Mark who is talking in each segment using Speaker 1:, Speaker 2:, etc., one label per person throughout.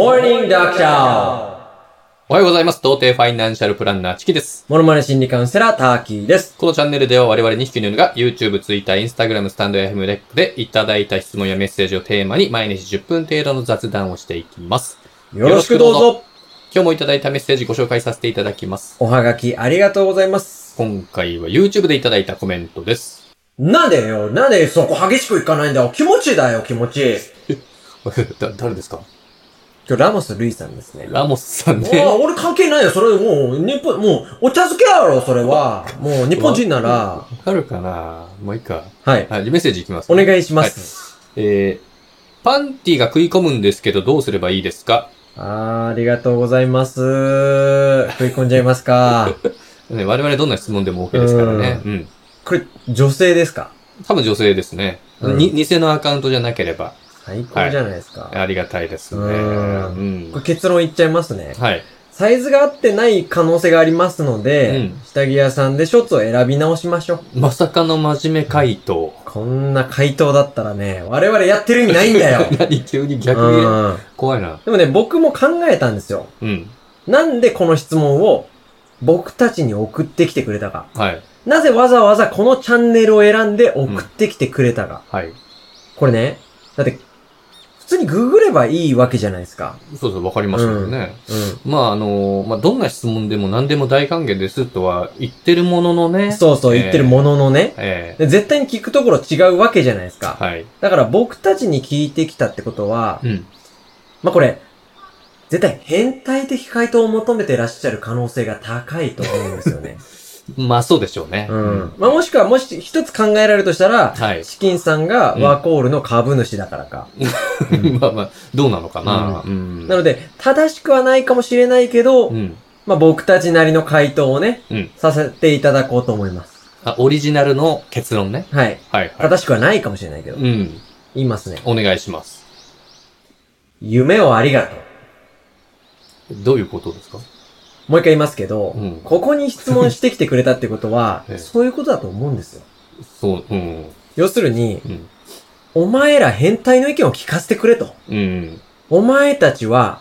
Speaker 1: Morning Doctor!
Speaker 2: おはようございます。童貞ファイナンシャルプランナーチキです。
Speaker 1: モノマネ心理カウンセラーターキーです。
Speaker 2: このチャンネルでは我々2匹の犬が YouTube、Twitter、Instagram、スタンド FM レックでいただいた質問やメッセージをテーマに毎日10分程度の雑談をしていきます。
Speaker 1: よろしくどうぞ
Speaker 2: よ今日もいただいたメッセージご紹介させていただきます。
Speaker 1: おはがきありがとうございます。
Speaker 2: 今回は YouTube でいただいたコメントです。
Speaker 1: なんでよ、なんでそこ激しくいかないんだよ。気持ちだよ、気持ち。
Speaker 2: だ、誰ですか
Speaker 1: 今日ラモス・ルイさんですね。
Speaker 2: ラモスさん
Speaker 1: もう
Speaker 2: ね。
Speaker 1: 俺関係ないよ、それもう、日本、もう、お茶漬けやろ、それは。もう、日本人なら
Speaker 2: わ、かるかなもういいか。
Speaker 1: はい。
Speaker 2: はい、メッセージいきます、
Speaker 1: お願いします。
Speaker 2: えー、パンティが食い込むんですけどどうすればいいですか
Speaker 1: あー、ありがとうございます。食い込んじゃいますか。
Speaker 2: ね、我々どんな質問でも OK ですからね。うん。
Speaker 1: これ、女性ですか
Speaker 2: 多分女性ですね。
Speaker 1: うん
Speaker 2: に、偽のアカウントじゃなければ
Speaker 1: 最高じゃないですか。
Speaker 2: ありがたいですね。
Speaker 1: う
Speaker 2: う
Speaker 1: ー
Speaker 2: ん
Speaker 1: これ。結論言っちゃいますね。
Speaker 2: はい。
Speaker 1: サイズが合ってない可能性がありますので、
Speaker 2: うん
Speaker 1: 下着屋さんでショーツを選び直しましょう。
Speaker 2: まさかの真面目回答。
Speaker 1: こんな回答だったらね、我々やってる意味ないんだよ。
Speaker 2: 何急に 逆に
Speaker 1: うん。
Speaker 2: 怖いな。
Speaker 1: でもね、僕も考えたんですよ。
Speaker 2: うん。
Speaker 1: なんでこの質問を僕たちに送ってきてくれたか。
Speaker 2: はい。
Speaker 1: なぜわざわざこのチャンネルを選んで送ってきてくれたか。
Speaker 2: はい。
Speaker 1: これね、だって、普通にググればいいわけじゃないですか。
Speaker 2: そうそう、わかりますよね。
Speaker 1: う
Speaker 2: まあ、あのーまあ、どんな質問でも何でも大歓迎ですとは言ってるもののね。
Speaker 1: ん。そうそう、
Speaker 2: えー
Speaker 1: 言ってるもののね。
Speaker 2: ええ
Speaker 1: で絶対に聞くところ違うわけじゃないですか。
Speaker 2: はい。
Speaker 1: だから僕たちに聞いてきたってことは、
Speaker 2: うん。
Speaker 1: まあ、これ、絶対変態的回答を求めてらっしゃる可能性が高いと思うんですよね。
Speaker 2: まあ、そうでしょうね。
Speaker 1: うん。まあ、もしくは、もし一つ考えられるとしたら、
Speaker 2: はい。
Speaker 1: チキンさんが
Speaker 2: うん
Speaker 1: ワーコールの株主だからか。うん
Speaker 2: まあまあ、どうなのかな。うん。
Speaker 1: なので、正しくはないかもしれないけど、
Speaker 2: うん。
Speaker 1: まあ、僕たちなりの回答をね、
Speaker 2: うん
Speaker 1: させていただこうと思います。
Speaker 2: あ、オリジナルの結論ね。
Speaker 1: はい。
Speaker 2: はい、はい。
Speaker 1: 正しくはないかもしれないけど、
Speaker 2: うん。
Speaker 1: 言いますね。
Speaker 2: お願いします。
Speaker 1: 夢をありがとう。
Speaker 2: どういうことですか
Speaker 1: もう一回言いますけど、
Speaker 2: うん
Speaker 1: ここに質問してきてくれたってことは
Speaker 2: え、え
Speaker 1: そういうことだと思うんですよ。
Speaker 2: そう、うん。
Speaker 1: 要するに、
Speaker 2: うん。
Speaker 1: お前ら変態の意見を聞かせてくれと。
Speaker 2: うん。
Speaker 1: お前たちは、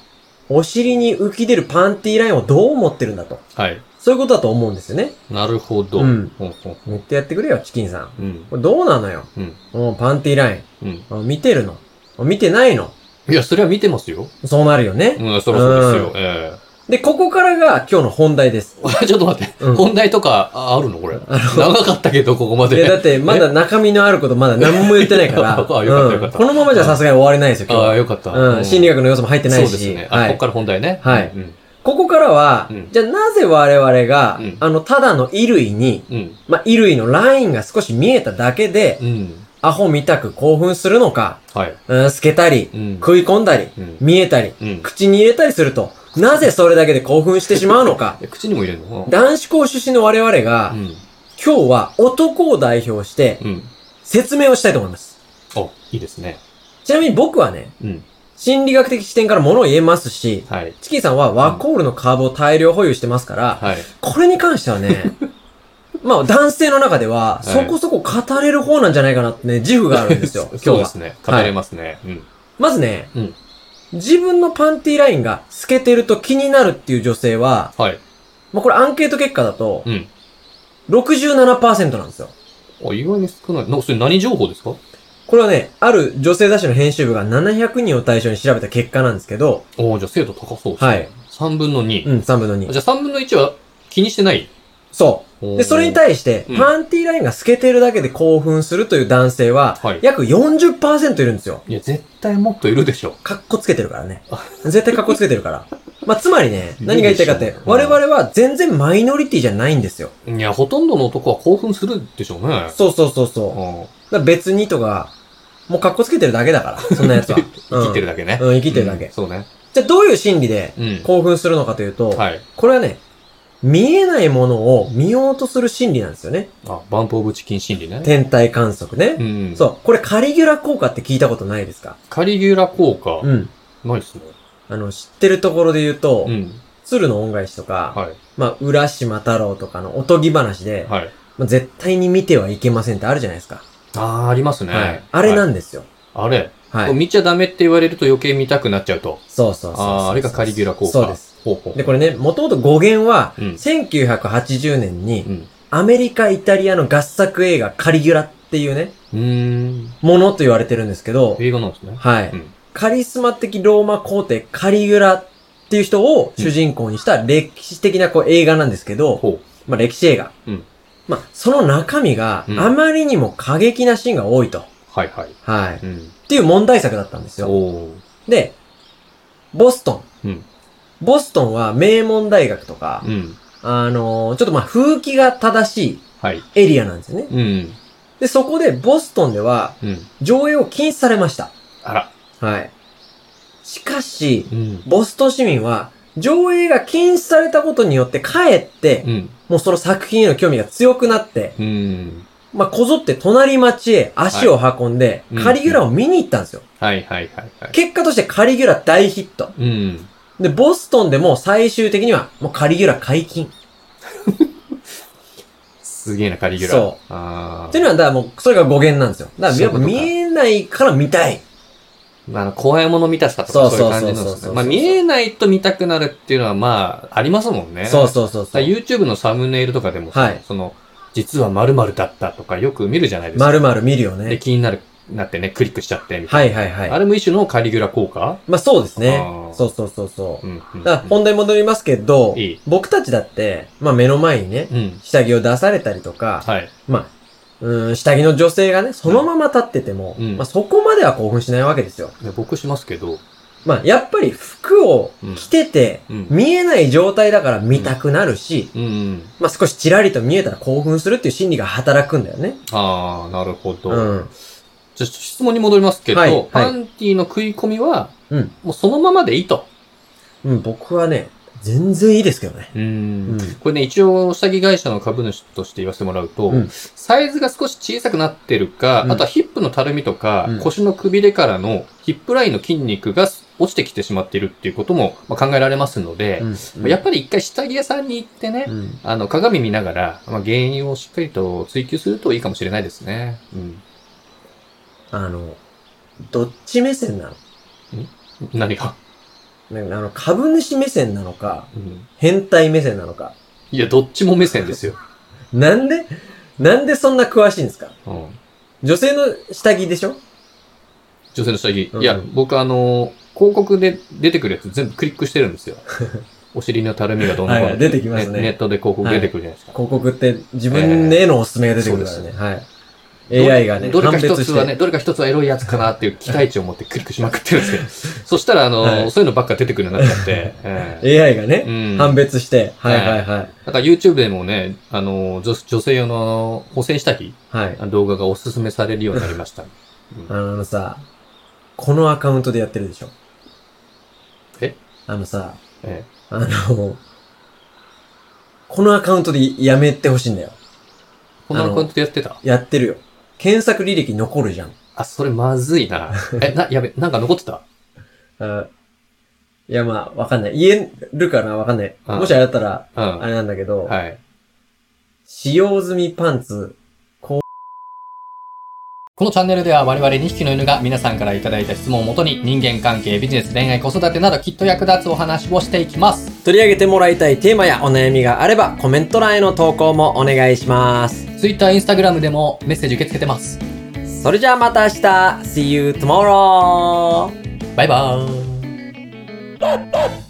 Speaker 1: お尻に浮き出るパンティーラインをどう思ってるんだと。
Speaker 2: はい。
Speaker 1: そういうことだと思うんですよね。
Speaker 2: なるほど。
Speaker 1: うん
Speaker 2: ほほ
Speaker 1: めっちゃやってくれよ、チキンさん。
Speaker 2: うん。
Speaker 1: これどうなのよ。
Speaker 2: うん。
Speaker 1: もうパンティーライン
Speaker 2: うん。
Speaker 1: あ。見てるのあ見てないの
Speaker 2: いや、それは見てますよ。
Speaker 1: そうなるよね。
Speaker 2: うん、そろそろです
Speaker 1: う
Speaker 2: よ。え
Speaker 1: で、ここからが今日の本題です。
Speaker 2: え ちょっと待って。
Speaker 1: うん
Speaker 2: 本題とか、ああるのこれ。長かったけど、ここま
Speaker 1: いや、だ
Speaker 2: で。
Speaker 1: ってまだ中身のあることまだ何も言ってないから。
Speaker 2: あよかったよかった
Speaker 1: うんこのままじゃさすがに終われないですよ、今日
Speaker 2: あ
Speaker 1: は
Speaker 2: あ、よかった。
Speaker 1: うん、心理
Speaker 2: が
Speaker 1: 学の要素も入ってないし。
Speaker 2: そうですね。あ、
Speaker 1: は
Speaker 2: ここ
Speaker 1: い。
Speaker 2: から本題ね。
Speaker 1: はい
Speaker 2: うん。
Speaker 1: ここからは、
Speaker 2: うん
Speaker 1: じゃあなぜ我々が、
Speaker 2: うん
Speaker 1: あの、ただの衣類に、
Speaker 2: うん。
Speaker 1: まあ、衣類のラインが少し見えただけで、
Speaker 2: うん。
Speaker 1: アホ見たく興奮するのか、
Speaker 2: はい。
Speaker 1: うん、透けたり、
Speaker 2: うん。
Speaker 1: 食い込んだり、
Speaker 2: うん。
Speaker 1: 見えたり、
Speaker 2: うん。
Speaker 1: 口に入れたりすると、なぜそれだけで興奮してしまうのか。
Speaker 2: え口にも入れるの
Speaker 1: 男子校出身の我々が、
Speaker 2: うん。
Speaker 1: 今日は男を代表して
Speaker 2: うん。
Speaker 1: 説明をしたいと思います。
Speaker 2: お、いいですね。
Speaker 1: ちなみに僕はね、
Speaker 2: うん。
Speaker 1: 心理学的視点から物を言えますし、
Speaker 2: はい。
Speaker 1: チキンさんはワコールのカーブを大量保有してますから、
Speaker 2: はい。
Speaker 1: これに関しては ね、まあ男性の中では、
Speaker 2: い、
Speaker 1: そこそこ語れる方なんじゃないかなってね、自負があるんですよ今
Speaker 2: そう
Speaker 1: 日
Speaker 2: で
Speaker 1: は
Speaker 2: す。ね。語れますね。うん。
Speaker 1: まずね、
Speaker 2: うん
Speaker 1: 自分のパンティーラインが透けてると気になるっていう女性は、
Speaker 2: はい。
Speaker 1: まあこれアンケート結果だと、
Speaker 2: うん。
Speaker 1: 67%なんですよ。
Speaker 2: あ、意外に少ない。な、それ何情報ですか
Speaker 1: これはね、ある女性雑誌の編集部が700人を対象に調べた結果なんですけど、
Speaker 2: おおじゃあ精度高そうですね。
Speaker 1: はい。
Speaker 2: 3分の2。
Speaker 1: うん、3分の2。
Speaker 2: じゃあ3分の1は気にしてない
Speaker 1: そ
Speaker 2: お
Speaker 1: う。
Speaker 2: ー
Speaker 1: で、それに対して、
Speaker 2: うん
Speaker 1: パンティーラインが透けてるだけで興奮するという男性は、
Speaker 2: はい
Speaker 1: 約40%いるんですよ。
Speaker 2: いや、絶対もっといるでしょ。
Speaker 1: かっこつけてるからね。絶対かっこつけてる から。まあ、つまりね、何が言いたいかって
Speaker 2: いいでしょ、う
Speaker 1: 我々は全然マイノリティじゃないんですよ。
Speaker 2: いや、ほとんどの男は興奮するでしょうね。
Speaker 1: そうそうそうそう。だから
Speaker 2: うん。
Speaker 1: 別にとか、もうかっこつけてるだけだから、そんなやつは。
Speaker 2: 生きてるだけね。
Speaker 1: うん、生きてるだけ。
Speaker 2: うんそうね。
Speaker 1: じゃあどういう心理で
Speaker 2: うん。
Speaker 1: 興奮するのかというと、
Speaker 2: はい。
Speaker 1: これはね、見えないものを見ようとする心理なんですよね。
Speaker 2: あ、バンプオブチキン心理ね。
Speaker 1: 天体観測ね。
Speaker 2: うん。う。
Speaker 1: そう。これカリギュラ効果って聞いたことないですか
Speaker 2: カリギュラ効果。
Speaker 1: うん。
Speaker 2: ないっすね。
Speaker 1: あの、知ってるところで言うと、
Speaker 2: うん。
Speaker 1: 鶴の恩返しとか、
Speaker 2: はい。
Speaker 1: まあ、浦島太郎とかのおとぎ話で、
Speaker 2: はい。
Speaker 1: まあ、絶対に見てはいけませんってあるじゃないですか。
Speaker 2: あー、ありますね。
Speaker 1: あれな
Speaker 2: はい
Speaker 1: んですよ。
Speaker 2: あれ。
Speaker 1: は
Speaker 2: こう
Speaker 1: い。
Speaker 2: 見ちゃダメって言われると余計見たくなっちゃうと。
Speaker 1: そうそうそうそうそう
Speaker 2: ああー、あれがカリギュラ効果。
Speaker 1: そうです。。
Speaker 2: ほうほう。
Speaker 1: で、これね、もともと語源は、
Speaker 2: うん
Speaker 1: 1980年に
Speaker 2: う、ん。
Speaker 1: アメリカ、イタリアの合作映画カリギュラっていうね、
Speaker 2: うーん。
Speaker 1: ものと言われてるんですけど、
Speaker 2: 映画なんですね。
Speaker 1: はい。
Speaker 2: うん
Speaker 1: カリスマ的ローマ皇帝カリギュラっていう人を主人公にした歴史的なこう映画なんですけど、
Speaker 2: ほ
Speaker 1: まあ歴史映画。
Speaker 2: うん
Speaker 1: まあその中身が
Speaker 2: うん
Speaker 1: あまりにも過激なシーンが多いと。
Speaker 2: う。はいはい。
Speaker 1: はい。っ
Speaker 2: うん。
Speaker 1: ていう問題作だったんですよ。
Speaker 2: おー
Speaker 1: で、ボストン。
Speaker 2: うん
Speaker 1: ボストンは名門大学とか、
Speaker 2: うん。
Speaker 1: あのーちょっとまあ風紀が正しい
Speaker 2: はい。
Speaker 1: エリアなんですよね。
Speaker 2: うん。
Speaker 1: で、そこでボストンでは
Speaker 2: うん。
Speaker 1: 上映を禁止されました。
Speaker 2: あら。
Speaker 1: はい。しかし、
Speaker 2: うん。
Speaker 1: ボストン市民は、上映が禁止されたことによって、かえって、
Speaker 2: うん。
Speaker 1: もうその作品への興味が強くなって、
Speaker 2: うん。
Speaker 1: まあ、こぞって隣町へ足を運んで、
Speaker 2: はいうん
Speaker 1: カリギュラを見に行ったんですよ。
Speaker 2: はいはいはいはい。
Speaker 1: 結果としてカリギュラ大ヒット。
Speaker 2: うん。
Speaker 1: で、ボストンでも最終的には、もうカリギュラ解禁。
Speaker 2: すげえな、カリギュラ。。
Speaker 1: そう
Speaker 2: あ
Speaker 1: っていうのは、だからもう、それが語源なんですよ。だから、やっぱ
Speaker 2: そういうこと
Speaker 1: 見
Speaker 2: か
Speaker 1: えないから見たい。
Speaker 2: あ。あの、怖いもの見たさと
Speaker 1: そう
Speaker 2: か、
Speaker 1: そう
Speaker 2: そういう感じなんで
Speaker 1: そうそう
Speaker 2: す
Speaker 1: そうそ
Speaker 2: ね。
Speaker 1: う
Speaker 2: まあ、見えないと見たくなるっていうのは、まあ、ありますもんね。
Speaker 1: そうそうそうそ
Speaker 2: だから
Speaker 1: う。
Speaker 2: YouTube のサムネイルとかでも、
Speaker 1: はい
Speaker 2: その、実は〇〇だったとかよく見るじゃないですか。
Speaker 1: まるまる見るよ
Speaker 2: で、
Speaker 1: ね。
Speaker 2: 気になる、なってね、クリックしちゃって、みたい
Speaker 1: はいはいは
Speaker 2: な。
Speaker 1: い。
Speaker 2: あれも一種のカリギュラ効果
Speaker 1: まあ、そうです
Speaker 2: あ
Speaker 1: ね。
Speaker 2: ー
Speaker 1: そうそうそうそう。
Speaker 2: うん。うん
Speaker 1: だから本題戻りますけど、
Speaker 2: いい
Speaker 1: 僕たちだって、まあ目の前にね、
Speaker 2: うん。
Speaker 1: 下着を出されたりとか、
Speaker 2: はい。
Speaker 1: まあ、うーん、下着の女性がね、そのまま立ってても、
Speaker 2: うん
Speaker 1: まあそこまでは興奮しないわけですよ。
Speaker 2: で僕しますけど、
Speaker 1: まあやっぱり服を着てて、
Speaker 2: うん。
Speaker 1: 見えない状態だから見たくなるし、
Speaker 2: うん。
Speaker 1: まあ少しチラリと見えたら興奮するっていう心理が働くんだよね。
Speaker 2: ああ、なるほど。
Speaker 1: うん。
Speaker 2: じゃあ、質問に戻りますけど、
Speaker 1: はいはい
Speaker 2: パンティの食い込みは、
Speaker 1: うん
Speaker 2: もうそのままでいいと。
Speaker 1: うん、僕はね、全然いいですけどね。
Speaker 2: うん
Speaker 1: うん
Speaker 2: これね、一応、下着会社の株主として言わせてもらうと、
Speaker 1: うん
Speaker 2: サイズが少し小さくなってるか、
Speaker 1: うん
Speaker 2: あとはヒップのたるみとか、
Speaker 1: うん
Speaker 2: 腰のくびれからのヒップラインの筋肉が落ちてきてしまっているっていうこともまあ考えられますので、
Speaker 1: うん。
Speaker 2: やっぱり一回下着屋さんに行ってね、
Speaker 1: うん。
Speaker 2: あの、鏡見ながら、まあ、原因をしっかりと追求するといいかもしれないですね。うん。
Speaker 1: あの、どっち目線なの
Speaker 2: 何が、
Speaker 1: ねあの、株主目線なのか、
Speaker 2: うん、
Speaker 1: 変態目線なのか。
Speaker 2: いや、どっちも目線ですよ。
Speaker 1: なんで、なんでそんな詳しいんですか
Speaker 2: うん
Speaker 1: 女性の下着でしょ
Speaker 2: 女性の下着。
Speaker 1: うん
Speaker 2: いや、僕あの、広告で出てくるやつ全部クリックしてるんです よ。お尻のたるみがどんどん、
Speaker 1: はいはい出てきますね
Speaker 2: ネットで広告出てくるじゃないですか。
Speaker 1: 広告って自分へのおすすめが出てくるからね。はい。AI がね、
Speaker 2: どれか
Speaker 1: 判
Speaker 2: 一
Speaker 1: 別し
Speaker 2: つは
Speaker 1: て。
Speaker 2: ね、どれか一つはエロいやつかなっていう期待値を持ってクリックしまくってるんで すけど、そしたら、あの、
Speaker 1: はい
Speaker 2: そういうのばっか出てくるようになっちゃって、 え
Speaker 1: AI が
Speaker 2: え
Speaker 1: ね、
Speaker 2: う
Speaker 1: 判
Speaker 2: ん。なんか
Speaker 1: 別して。はいはいはい。
Speaker 2: YouTube でもね、あの、女女性用の補正下着、
Speaker 1: はい。
Speaker 2: 動画がおすすめされるようになりま した。うん
Speaker 1: あのさ、このアカウントでやってるでしょ
Speaker 2: え
Speaker 1: あのさ、
Speaker 2: え
Speaker 1: あの、このアカウントでやめてほしいんだよ。
Speaker 2: えこんなアカウントでやってた
Speaker 1: やってるよ。検索履歴残るじゃん。
Speaker 2: あ、それまずい な。え、な、やべ、なんか残ってた
Speaker 1: あいや、まあ、わかんない。言えるかなわかんない。
Speaker 2: うん
Speaker 1: もしあれだったら、
Speaker 2: うん。
Speaker 1: あれなんだけど、
Speaker 2: はい。
Speaker 1: 使用済みパンツ、
Speaker 2: このチャンネルでは我々2匹の犬が皆さんからいただいた質問をもとに人間関係、ビジネス、恋愛、子育てなどきっと役立つお話をしていきます。
Speaker 1: 取り上げてもらいたいテーマやお悩みがあれば、コメント欄への投稿もお願いします。
Speaker 2: Twitter、Instagram でもメッセージ受け付けてます。
Speaker 1: それじゃあまた明日 !See you tomorrow!
Speaker 2: バイバーイ。